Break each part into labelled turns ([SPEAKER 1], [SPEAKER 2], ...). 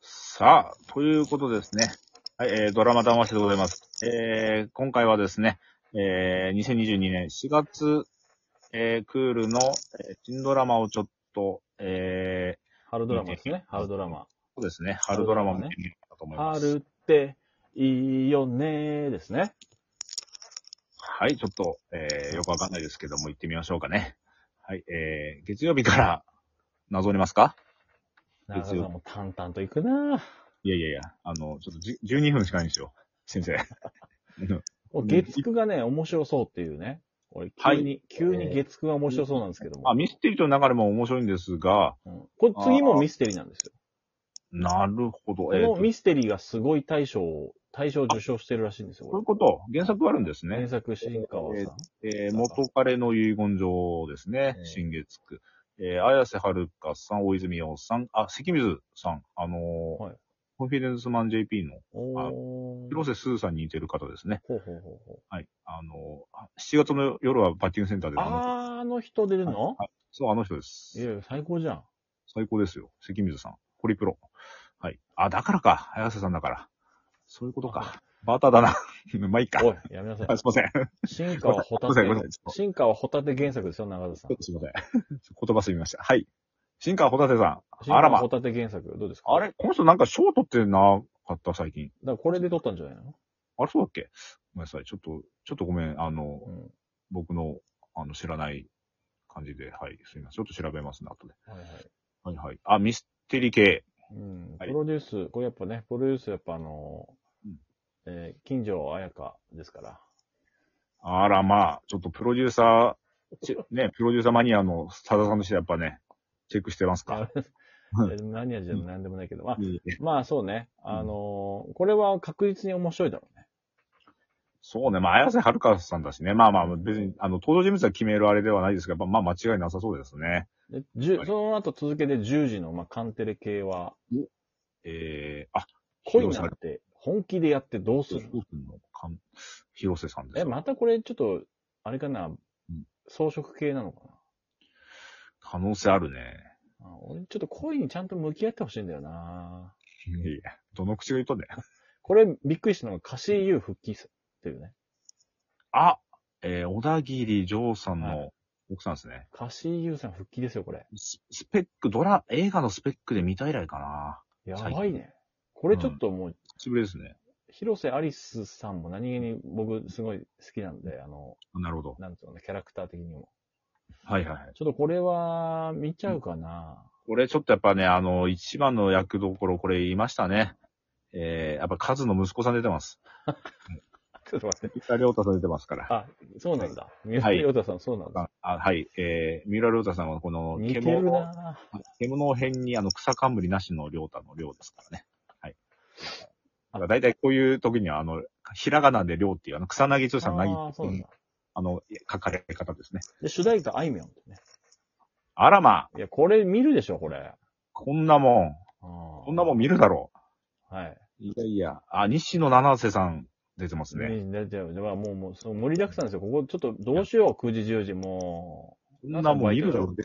[SPEAKER 1] さあ、ということですね。はい、えー、ドラマ談話室でございます。えー、今回はですね、えー、2022年4月、えー、クールの、えー新ドラマをちょっと、えー、
[SPEAKER 2] 春ドラマですね。春ドラマ。
[SPEAKER 1] そうですね、春ドラマも見てみようかと思います。
[SPEAKER 2] 春っていいよねーですね。
[SPEAKER 1] はい、ちょっと、えー、よくわかんないですけども、行ってみましょうかね。はい、えー、月曜日から、なぞりますか
[SPEAKER 2] 長
[SPEAKER 1] ですよ
[SPEAKER 2] さんも淡々と行くなー
[SPEAKER 1] いやいやいや、あの、ちょっとじ12分しかないんですよ、先 生。
[SPEAKER 2] もう月9がね、面白そうっていうね。俺、急に、急に月9が面白そうなんですけども。
[SPEAKER 1] あ、ミステリーとの流れも面白いんですが、
[SPEAKER 2] うんこれ次もミステリーなんですよ。
[SPEAKER 1] なるほど。
[SPEAKER 2] こ
[SPEAKER 1] えー
[SPEAKER 2] の
[SPEAKER 1] と
[SPEAKER 2] ミステリーがすごい大賞を、大賞を受賞してるらしいんですよ。
[SPEAKER 1] そういうこ
[SPEAKER 2] こ
[SPEAKER 1] と。原作があるんです
[SPEAKER 2] れ
[SPEAKER 1] ね
[SPEAKER 2] 原。作、新川さん。
[SPEAKER 1] えー元彼の遺言状ですね
[SPEAKER 2] う。ん
[SPEAKER 1] 新月区。えー綾瀬はるかさん、大泉洋さん、あ、関水さん、あのー
[SPEAKER 2] はい
[SPEAKER 1] コンフィデンスマン JP の
[SPEAKER 2] おー。
[SPEAKER 1] 広瀬すずさんに似てる方ですね。
[SPEAKER 2] ほうほうほうほう。
[SPEAKER 1] はい。あのーあ7月の夜はバッティングセンターでの、
[SPEAKER 2] あー、あの人出るの
[SPEAKER 1] そう、あの人で
[SPEAKER 2] い
[SPEAKER 1] す。
[SPEAKER 2] やいや、最高じゃん。
[SPEAKER 1] 最高ですよ。関水さん。ホリプロ。はい。あ、だからか。綾瀬さんだから。そういうことか。バーターだな。 まあいいか。
[SPEAKER 2] おい、やめ なさい
[SPEAKER 1] あ。すいません。
[SPEAKER 2] 進化はホタ
[SPEAKER 1] ごめんなさいごめんな
[SPEAKER 2] テ
[SPEAKER 1] さいちょっ。と
[SPEAKER 2] 進化はホタテ原作ですよ、長田さん
[SPEAKER 1] ちょっ。とすいません。 言葉すみました。はい。新川ホタテさん。
[SPEAKER 2] 進
[SPEAKER 1] あら
[SPEAKER 2] 化は
[SPEAKER 1] ま
[SPEAKER 2] ホ。タテ原作、どうですか
[SPEAKER 1] あれこの人なんか賞取ってなかった、最近。
[SPEAKER 2] だからこれで撮ったんじゃないの
[SPEAKER 1] あれそうだっけごめんなさい。ちょっと、ちょっとごめん。あの、
[SPEAKER 2] うん。
[SPEAKER 1] 僕の、あの、知らない感じで。はい。すみません。ちょっと調べますね、後で。
[SPEAKER 2] はいはい。
[SPEAKER 1] はいはい。あ、ミステリー系。
[SPEAKER 2] うん。プ
[SPEAKER 1] はい
[SPEAKER 2] ロデュース、これやっぱね、プロデュースやっぱあの
[SPEAKER 1] うん、
[SPEAKER 2] えー金城彩香ですから。
[SPEAKER 1] あらまあ、ちょっとプロデューサー、ちね、プロデューサーマニアのさださんとしてやっぱね、チェックしてますか。うん
[SPEAKER 2] いやでも何味でも何でもないけど、まあ、
[SPEAKER 1] いいね
[SPEAKER 2] まあそうね。あのーこれは確実に面白いだろうね。
[SPEAKER 1] そうね。まあ、綾瀬はるかさんだしね。まあまあ、別に、あの、登場人物は決めるあれではないですが、まあ、まあ、間違いなさそうですね。
[SPEAKER 2] で、じゅ
[SPEAKER 1] はい
[SPEAKER 2] その後続けて10時の、まあ、カンテレ系は、
[SPEAKER 1] えー、あ、
[SPEAKER 2] 恋なんて本気でやってどうす
[SPEAKER 1] そう
[SPEAKER 2] る
[SPEAKER 1] のかん広瀬さんです。
[SPEAKER 2] え、またこれちょっと、あれかな、装飾系なのかな
[SPEAKER 1] 可能性あるね。
[SPEAKER 2] あ俺、ちょっと恋にちゃんと向き合ってほしいんだよない
[SPEAKER 1] やいや、どの口が言ったんだよ。
[SPEAKER 2] これ、びっくりしたのが、カシーユー復帰するっていうね。
[SPEAKER 1] あ、えー、小田切丈さん
[SPEAKER 2] は
[SPEAKER 1] の奥さんですね。
[SPEAKER 2] カシーユーさん復帰ですよ、これ。
[SPEAKER 1] ススペック、ドラ、映画のスペックで見た以来かな。
[SPEAKER 2] や
[SPEAKER 1] 最
[SPEAKER 2] ばい
[SPEAKER 1] 近
[SPEAKER 2] ね。これちょっともう、
[SPEAKER 1] 久しぶりですね。
[SPEAKER 2] 広瀬アリスさんも何気に僕すごい好きなんで、あの、
[SPEAKER 1] なるほど。
[SPEAKER 2] なんつうのね、キャラクター的にも。
[SPEAKER 1] はいはいはい。
[SPEAKER 2] ちょっとこれは、見ちゃうかな、
[SPEAKER 1] これちょっとやっぱね、あの、一番の役どころ、これ言いましたね。えー、やっぱカズの息子さん出てます。
[SPEAKER 2] ちょっと待って。
[SPEAKER 1] 三浦亮太さん出てますから。
[SPEAKER 2] あ、そうなんだ。三浦亮太さん、そうなんだ。
[SPEAKER 1] ああはい、えー、三浦亮太さんはこの
[SPEAKER 2] 似てる
[SPEAKER 1] 獣、
[SPEAKER 2] な
[SPEAKER 1] 獣編にあの草冠なしの亮太の亮ですからね。はい。だから大体こういう時にはあの、ひらがなで亮っていうあの草薙剛さんが
[SPEAKER 2] ああ、そうなんだ。
[SPEAKER 1] あの、書かれ方ですね。
[SPEAKER 2] で、主題歌、あいみょんってね。
[SPEAKER 1] あらまあ、
[SPEAKER 2] いや、これ見るでしょ、これ。
[SPEAKER 1] こんなもん、
[SPEAKER 2] こ
[SPEAKER 1] こんなもん見るだろ
[SPEAKER 2] はい。
[SPEAKER 1] う。いやいや。あ、西野七瀬さん出てますね。
[SPEAKER 2] ね、じゃあ、じゃあもう、もう、その盛りだくさんですよ。ここ、ちょっと、どうしよう、9時、10時、も
[SPEAKER 1] こんなもん見るだろう。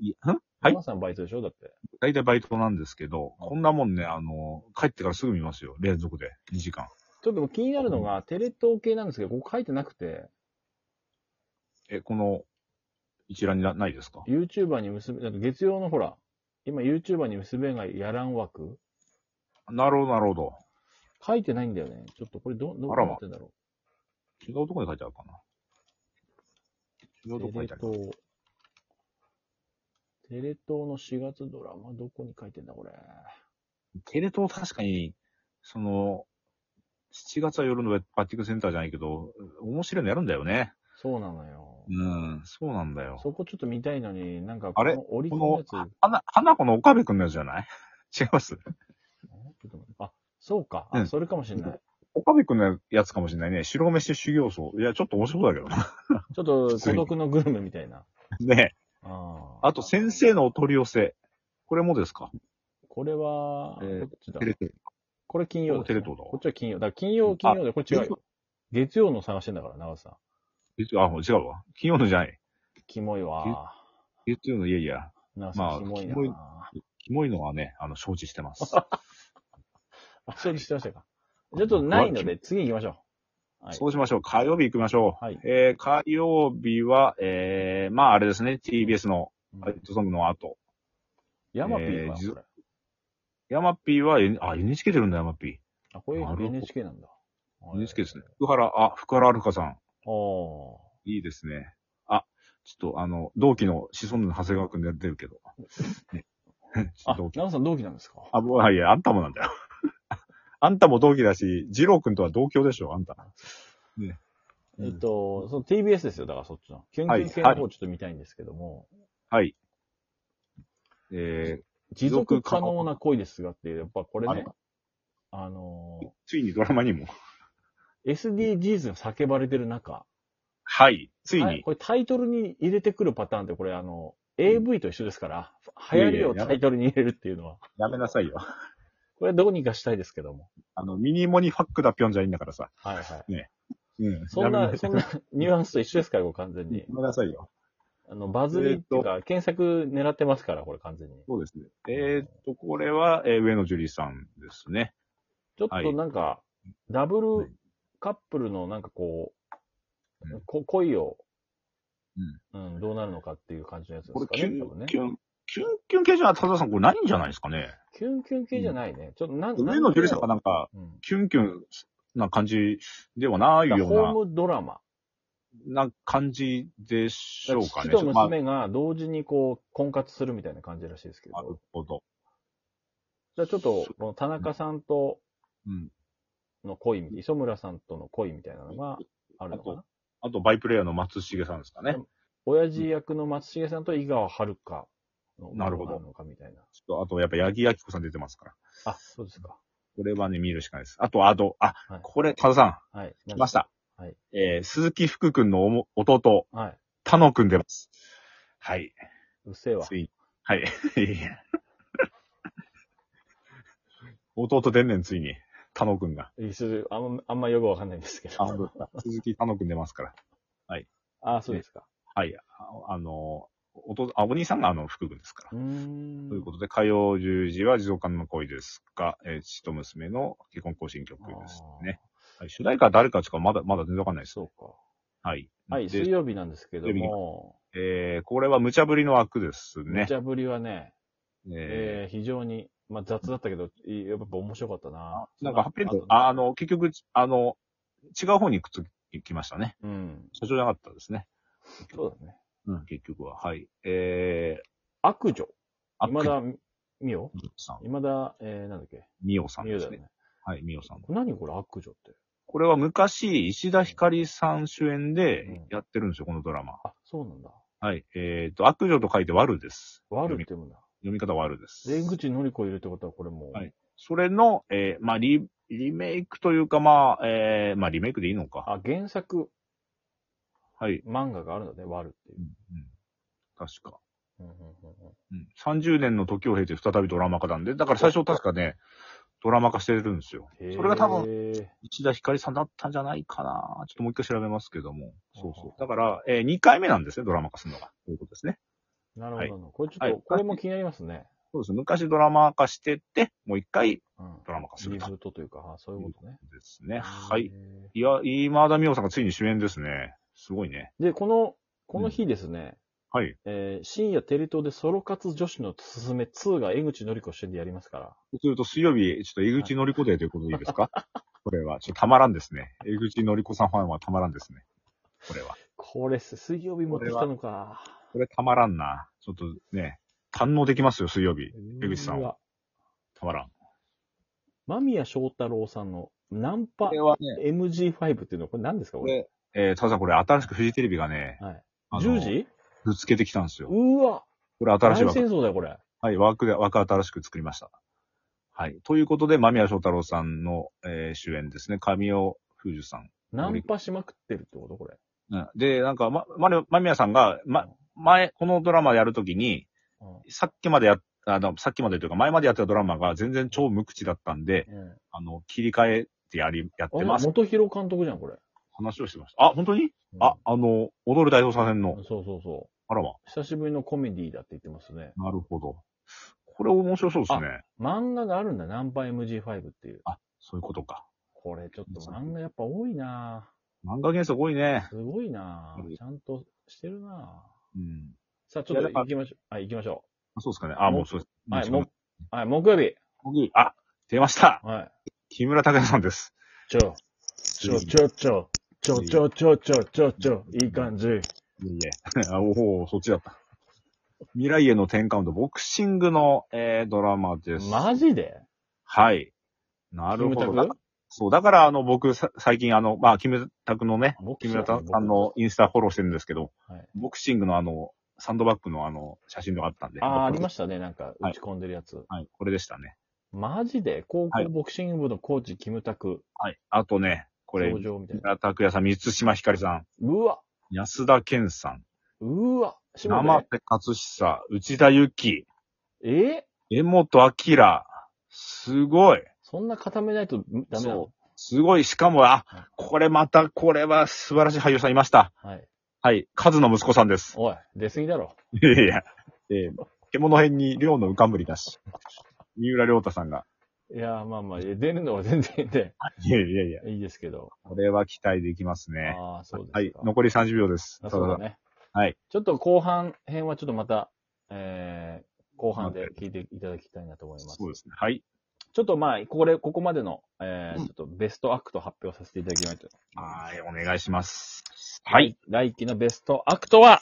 [SPEAKER 1] いやん
[SPEAKER 2] う。
[SPEAKER 1] はい
[SPEAKER 2] 皆さんバイトでしょだって。
[SPEAKER 1] 大体バイトなんですけど、こんなもんね、あの、帰ってからすぐ見ますよ。連続で。2時間。
[SPEAKER 2] ちょっとでも気になるのが、テレ東系なんですけど、ここ書いてなくて、
[SPEAKER 1] え、この、一覧になないですか
[SPEAKER 2] YouTuber に娘、だって月曜のほら、今 YouTuber に娘がやらん枠
[SPEAKER 1] なるほど、なるほど。
[SPEAKER 2] 書いてないんだよね。ちょっとこれど、ど
[SPEAKER 1] あら
[SPEAKER 2] う
[SPEAKER 1] ま
[SPEAKER 2] なってんだろ
[SPEAKER 1] 違うとこに書いてあるかな。違
[SPEAKER 2] う。
[SPEAKER 1] うとこ書い
[SPEAKER 2] テ
[SPEAKER 1] てあ
[SPEAKER 2] レ
[SPEAKER 1] る。
[SPEAKER 2] 東。テレ東の4月ドラマ、どこに書いてんだ、これ。
[SPEAKER 1] テレ東確かに、その、7月は夜のバッティングセンターじゃないけど、面白いのやるんだよね。
[SPEAKER 2] そうなのよ。
[SPEAKER 1] うん、そうなんだよ。
[SPEAKER 2] そこちょっと見たいのに、なんか、
[SPEAKER 1] あれ
[SPEAKER 2] このオリコ
[SPEAKER 1] こ
[SPEAKER 2] ンの
[SPEAKER 1] の
[SPEAKER 2] やつ、ん、
[SPEAKER 1] 花、花子の岡部くんのやつじゃない 違います
[SPEAKER 2] ちょっと待ってあ、そうか。あ、
[SPEAKER 1] うん
[SPEAKER 2] それかもしれない。
[SPEAKER 1] 岡部くんのやつかもしれないね。白飯修行僧。いや、ちょっと面白そうだけどな。
[SPEAKER 2] ちょっと、
[SPEAKER 1] 普通
[SPEAKER 2] 孤
[SPEAKER 1] に
[SPEAKER 2] 独のグルメみたいな。
[SPEAKER 1] ね
[SPEAKER 2] あー
[SPEAKER 1] あと、先生のお取り寄せ。これもですか
[SPEAKER 2] これは、
[SPEAKER 1] えー
[SPEAKER 2] こっちだ
[SPEAKER 1] テレ東。
[SPEAKER 2] これ金曜です、
[SPEAKER 1] テレ東だわ
[SPEAKER 2] こっちは金曜。だから金曜、金曜で、これ違う
[SPEAKER 1] 金
[SPEAKER 2] よ。月曜の探してんだから、長瀬さん。
[SPEAKER 1] あ、もう違うわ。金曜のじゃない。
[SPEAKER 2] キモいわ。
[SPEAKER 1] 月曜の、いやいや。
[SPEAKER 2] 長瀬さん、キモいな。
[SPEAKER 1] キモいのはね、あの、承知してます。
[SPEAKER 2] あ、承知してましたか。じゃあちょっとないので、次行きましょう。はい。
[SPEAKER 1] そうしましょう。火曜日行きましょう。
[SPEAKER 2] はい。
[SPEAKER 1] えー、火曜日は、えー、まああれですね、TBS のファイトソングの後。
[SPEAKER 2] ヤマピー
[SPEAKER 1] えー
[SPEAKER 2] か
[SPEAKER 1] じ
[SPEAKER 2] な、
[SPEAKER 1] ゅ
[SPEAKER 2] これ。
[SPEAKER 1] ヤマピーは、N- あ、NHK 出るんだ、ヤマピ
[SPEAKER 2] あ、これ
[SPEAKER 1] なるほど
[SPEAKER 2] NHK なんだ。
[SPEAKER 1] ー。NHK です
[SPEAKER 2] ね。
[SPEAKER 1] ね。福原、あ、福原遥さん。
[SPEAKER 2] あー
[SPEAKER 1] いいですね。あ、ちょっとあの、同期の子孫の長谷川くんで出るけど。ね ちょっ
[SPEAKER 2] あ
[SPEAKER 1] と同、期
[SPEAKER 2] ナオさん同期なんですか
[SPEAKER 1] あ、もう、いや、あんたもなんだよ。 あんたも同期だし、二郎くんとは同郷でしょ、あんた。ね。
[SPEAKER 2] えっと、その TBS ですよ、だからそっちの。キュンキュン系
[SPEAKER 1] は
[SPEAKER 2] の
[SPEAKER 1] い
[SPEAKER 2] 方ちょっと見たいんですけども、
[SPEAKER 1] はい。えー、
[SPEAKER 2] 持続可能な恋ですがっていう、やっぱこれ
[SPEAKER 1] あれ
[SPEAKER 2] ね、あの
[SPEAKER 1] ついにドラマにも。
[SPEAKER 2] ー、SDGs が叫ばれてる中、
[SPEAKER 1] はい。つい
[SPEAKER 2] は
[SPEAKER 1] に
[SPEAKER 2] い。これタイトルに入れてくるパターンって、これあの、AV と一緒ですから、流行りをタイトルに入れるっていうのは、
[SPEAKER 1] やめなさいよ。
[SPEAKER 2] これはどうにかしたいですけども。
[SPEAKER 1] あの、ミニモニファックだぴょんじゃいいんだからさ。
[SPEAKER 2] はいはい。
[SPEAKER 1] うん。
[SPEAKER 2] そん
[SPEAKER 1] やめ
[SPEAKER 2] な、
[SPEAKER 1] さ
[SPEAKER 2] そ
[SPEAKER 1] い
[SPEAKER 2] んなニュアンスと一緒ですから、これ完全に
[SPEAKER 1] や。めなさいよ。
[SPEAKER 2] あの、バズりっていうか、検索狙ってますから、これ完全に。
[SPEAKER 1] そうですね。えーっと、これは、えー上野樹里さんですね。
[SPEAKER 2] ちょっとなんか、ダブ
[SPEAKER 1] は
[SPEAKER 2] ル
[SPEAKER 1] い
[SPEAKER 2] カップルのなんかこう、
[SPEAKER 1] うん
[SPEAKER 2] こ恋を、うん、どうなるのかっていう感じのやつで
[SPEAKER 1] これ
[SPEAKER 2] す、か
[SPEAKER 1] キュ
[SPEAKER 2] ね。多分
[SPEAKER 1] ン、
[SPEAKER 2] ね
[SPEAKER 1] キュン、キュンキュン系じゃな田田さん、これないんじゃないですかね。
[SPEAKER 2] キュンキュン系じゃないね。ちょっとなん
[SPEAKER 1] 上野樹里さんが
[SPEAKER 2] な
[SPEAKER 1] なんか、
[SPEAKER 2] んうん
[SPEAKER 1] キュンキュンな感じではない
[SPEAKER 2] だか
[SPEAKER 1] よ
[SPEAKER 2] ら
[SPEAKER 1] うな
[SPEAKER 2] ホームドラマ。、
[SPEAKER 1] な感じでしょうか
[SPEAKER 2] 父
[SPEAKER 1] ね。
[SPEAKER 2] と
[SPEAKER 1] ちょっとまあな
[SPEAKER 2] 娘が同時にこう、婚活するみたいな感じらしいですけ
[SPEAKER 1] る
[SPEAKER 2] ど。
[SPEAKER 1] ほど。
[SPEAKER 2] じゃあちょっと、この田中さんと
[SPEAKER 1] うん。
[SPEAKER 2] の恋、磯村さんとの恋みたいなのがあるのかな。
[SPEAKER 1] あと、バイプレイヤーの松重さんですかね。
[SPEAKER 2] 親父役の松重さんと井川遥のどう
[SPEAKER 1] なるほど
[SPEAKER 2] のかみたいな。
[SPEAKER 1] ちょっと、あと、やっぱ、八木明子さん出てますから。
[SPEAKER 2] あ、そうですか。
[SPEAKER 1] これはね、見るしかないです。あと、あと、あ、
[SPEAKER 2] はい
[SPEAKER 1] これ、多田さ
[SPEAKER 2] はい。
[SPEAKER 1] ん、来ました。
[SPEAKER 2] はい
[SPEAKER 1] えー、鈴木福君のおも弟、
[SPEAKER 2] はい。
[SPEAKER 1] 田野君出ます。はい。
[SPEAKER 2] うっせえわ。
[SPEAKER 1] ついに。はい。いやいや 弟出んねん、ついに。田野君が。
[SPEAKER 2] 一緒あんま、あんまよくわかんないんですけど。
[SPEAKER 1] あ、本当ですか。鈴木田野君出ますから。
[SPEAKER 2] あ、そうですか。
[SPEAKER 1] はい。ああの、おと、あ、お兄さんがあの、福君ですから。
[SPEAKER 2] うーん。
[SPEAKER 1] ということで、火曜10時は持続可能な恋ですが、えー父と娘の結婚更新曲ですね。はい、主題歌は誰かしかまだ、まだ全然わかんないです。
[SPEAKER 2] そうか。
[SPEAKER 1] はい。
[SPEAKER 2] はい、
[SPEAKER 1] で
[SPEAKER 2] 水、曜日なんですけど
[SPEAKER 1] 水
[SPEAKER 2] も、
[SPEAKER 1] えー、これは無茶ぶりの枠ですね
[SPEAKER 2] 無。茶ぶりはね、
[SPEAKER 1] え
[SPEAKER 2] えー非常に、まあ雑だったけど、いやっぱ面白かったな。
[SPEAKER 1] ー、なんかハッピーエンド
[SPEAKER 2] と、
[SPEAKER 1] ああの、結局、あの、違う方に行くと行きましたね。
[SPEAKER 2] うん。
[SPEAKER 1] 社長じゃなかったですね。
[SPEAKER 2] そうだね。
[SPEAKER 1] うん、結局は。はい。えー、
[SPEAKER 2] 悪女。
[SPEAKER 1] あ
[SPEAKER 2] 今田美桜
[SPEAKER 1] さん。
[SPEAKER 2] 今田、えー、なんだっけ
[SPEAKER 1] みおさん
[SPEAKER 2] 美
[SPEAKER 1] です
[SPEAKER 2] 桜だよ
[SPEAKER 1] ね。
[SPEAKER 2] ね。
[SPEAKER 1] はい、みおさん。
[SPEAKER 2] 何これ悪女って。
[SPEAKER 1] これは昔、石田ひかりさん主演でやってるんですよ、このドラマ。
[SPEAKER 2] あ、そうなんだ。
[SPEAKER 1] はい。えっ、と、悪女と書いて悪です。
[SPEAKER 2] 悪って
[SPEAKER 1] 読
[SPEAKER 2] 読むんだ。
[SPEAKER 1] み読み方悪です。
[SPEAKER 2] 出口のり子いるってことはこれもう、
[SPEAKER 1] はいそれの、えーまあリ、リメイクというか、まあ、えーまあ、リメイクでいいのか。
[SPEAKER 2] あ、原作
[SPEAKER 1] はい。
[SPEAKER 2] 漫画があるのね、悪っていう
[SPEAKER 1] うん。うん、確か、
[SPEAKER 2] うんうんうんうん
[SPEAKER 1] うん。30年の時を経て再びドラマ化なんで、だから最初確かね、ドラマ化してるんですよ。
[SPEAKER 2] へー
[SPEAKER 1] それが多分、石田ひかりさんだったんじゃないかな。ちょっともう一回調べますけども。そうそう。だから、え2回目なんですね、ドラマ化するのが。ということですね。
[SPEAKER 2] なるほど
[SPEAKER 1] は
[SPEAKER 2] ないるほど。これちょっと、
[SPEAKER 1] はい
[SPEAKER 2] これも気になりますね。
[SPEAKER 1] そうです。昔ドラマ化してって、もう一回
[SPEAKER 2] うん。
[SPEAKER 1] ドラマ化する
[SPEAKER 2] リブ
[SPEAKER 1] と。
[SPEAKER 2] ートというか、あそういうことね。
[SPEAKER 1] ですね。はい。
[SPEAKER 2] へ
[SPEAKER 1] いや、今田美桜さんがついに主演ですね。すごいね。
[SPEAKER 2] ー。で、この、この日ですね、
[SPEAKER 1] はい。
[SPEAKER 2] えー深夜テレ東でソロ活女子のすすめ2が江口のり子主演でやりますから。
[SPEAKER 1] そうすると水曜日、ちょっと江口のりこデーということでいいです かこれは、ちょっとたまらんですね。江口のりこさんファンはたまらんですね。これは。
[SPEAKER 2] これ、水曜日持ってきたのか。
[SPEAKER 1] これたまらんな。ちょっとね、堪能できますよ、水曜日。江口さん
[SPEAKER 2] う
[SPEAKER 1] は。
[SPEAKER 2] わ。
[SPEAKER 1] たまらん。
[SPEAKER 2] 間宮祥太郎さんのナンパ
[SPEAKER 1] はね、
[SPEAKER 2] MG5 っていうのは、これ何ですかこれ。
[SPEAKER 1] えー、ただこれ新しくフジテレビがね、
[SPEAKER 2] はい。
[SPEAKER 1] あの
[SPEAKER 2] 10時
[SPEAKER 1] ぶつけてきたんですよ。
[SPEAKER 2] うわ
[SPEAKER 1] これ
[SPEAKER 2] 大
[SPEAKER 1] 新しい
[SPEAKER 2] 戦
[SPEAKER 1] 枠。
[SPEAKER 2] 争だよ、これ。
[SPEAKER 1] はい、枠で、枠新しく作りました。はい。ということで、間宮祥太朗さんの、えー主演ですね。神尾楓珠さん。
[SPEAKER 2] ナンパしまくってるってことこれ。
[SPEAKER 1] うんで、なんか、ま、まる、間宮さんが、ま、前、このドラマやるときに、
[SPEAKER 2] うん、
[SPEAKER 1] さっきまでやっ、あの、さっきまでというか、前までやってたドラマが全然超無口だったんで、
[SPEAKER 2] うん。
[SPEAKER 1] あの、切り替えてやり、やっ
[SPEAKER 2] あ
[SPEAKER 1] て
[SPEAKER 2] れ、
[SPEAKER 1] ます。
[SPEAKER 2] 元広監督じゃん、これ。
[SPEAKER 1] 話をしてました。あ、本当に、あ、あの、踊る大捜査線
[SPEAKER 2] う
[SPEAKER 1] の
[SPEAKER 2] ん、、そうそうそ
[SPEAKER 1] あらま。
[SPEAKER 2] う。久しぶりのコメディだって言ってますね。
[SPEAKER 1] なるほど。これ面白そうですね。
[SPEAKER 2] 漫画があるんだ、ナンパ MG5 っていう。
[SPEAKER 1] あ、そういうことか。
[SPEAKER 2] これちょっと漫画やっぱ多いな
[SPEAKER 1] 漫画原作多い
[SPEAKER 2] ぁ
[SPEAKER 1] ね。
[SPEAKER 2] すごいな
[SPEAKER 1] う
[SPEAKER 2] ぁ
[SPEAKER 1] ん
[SPEAKER 2] ちゃんとしてるなぁ
[SPEAKER 1] うん。
[SPEAKER 2] さあ、ちょっ
[SPEAKER 1] いや
[SPEAKER 2] と
[SPEAKER 1] だから
[SPEAKER 2] 行きましょう。はい、行きましょ
[SPEAKER 1] あそうですかね。あ、もうそうです。
[SPEAKER 2] う。はい、
[SPEAKER 1] も
[SPEAKER 2] も
[SPEAKER 1] う
[SPEAKER 2] う、はい、木曜日。
[SPEAKER 1] 次あ、出ました
[SPEAKER 2] はい。
[SPEAKER 1] 木村拓哉さんです。
[SPEAKER 2] ちょ、ちょ、ちょ、ちょ、ちょ、ちょ、ちょ、ちょ、ちょ、ちょ、いい感じ。
[SPEAKER 1] いえいえ。 あおおそっちだった。未来への10カウント、ボクシングの、えー、ドラマです。
[SPEAKER 2] マジで
[SPEAKER 1] はい。なるほ
[SPEAKER 2] キ
[SPEAKER 1] ど。
[SPEAKER 2] ムタ
[SPEAKER 1] だ
[SPEAKER 2] ク
[SPEAKER 1] そう、だから、あの、僕、さ最近、あの、まあ、キムタクのね、
[SPEAKER 2] 僕
[SPEAKER 1] 木村さんのインスタフォローしてるんですけど、
[SPEAKER 2] はい
[SPEAKER 1] ボクシングのあの、サンドバッグのあの、写真があったんで。
[SPEAKER 2] ああ、ありま
[SPEAKER 1] し
[SPEAKER 2] したね。なんか、打ち込んでるやつ。
[SPEAKER 1] た。はい、これでしたね。
[SPEAKER 2] マジで高
[SPEAKER 1] は
[SPEAKER 2] 校
[SPEAKER 1] い
[SPEAKER 2] ボクシング部のコーチ、キムタク、
[SPEAKER 1] はい。あとね、これ、
[SPEAKER 2] 登
[SPEAKER 1] 木
[SPEAKER 2] 場みたいな。
[SPEAKER 1] 村拓哉さん、三島ひかりさん、
[SPEAKER 2] うわ、
[SPEAKER 1] 安田健さん、
[SPEAKER 2] うわ、しも
[SPEAKER 1] 生
[SPEAKER 2] ね、
[SPEAKER 1] 瀬勝久、内田有紀、
[SPEAKER 2] え
[SPEAKER 1] 江本明、すごい。
[SPEAKER 2] そんな固めないとんダメなの
[SPEAKER 1] そすごい。しかも、あ
[SPEAKER 2] はい、
[SPEAKER 1] これまた、これは素晴らしい俳優さんいました。
[SPEAKER 2] はい。
[SPEAKER 1] はい。カズの息子さんです。
[SPEAKER 2] おい、出過ぎだろ。
[SPEAKER 1] いやいや、えー、獣編に寮の浮かんぶりだし、三浦亮太さんが。
[SPEAKER 2] いやー、まあまあ、いや出るのは全然いいんで、
[SPEAKER 1] いやいやいや、
[SPEAKER 2] いいですけど。
[SPEAKER 1] これは期待できますね。
[SPEAKER 2] ああ、そうですか。
[SPEAKER 1] はい、残り30秒です。
[SPEAKER 2] あそうだね。
[SPEAKER 1] はい。
[SPEAKER 2] ちょっと後半編はちょっとまた、えー、後半で聞いていただきたいなと思います。
[SPEAKER 1] そうですね。はい。
[SPEAKER 2] ちょっとまあ、これ、ここまでの、えー、ちょっとベストアクト発表させていただきたいと。
[SPEAKER 1] はい、お願いします。はい。
[SPEAKER 2] 来期のベストアクトは、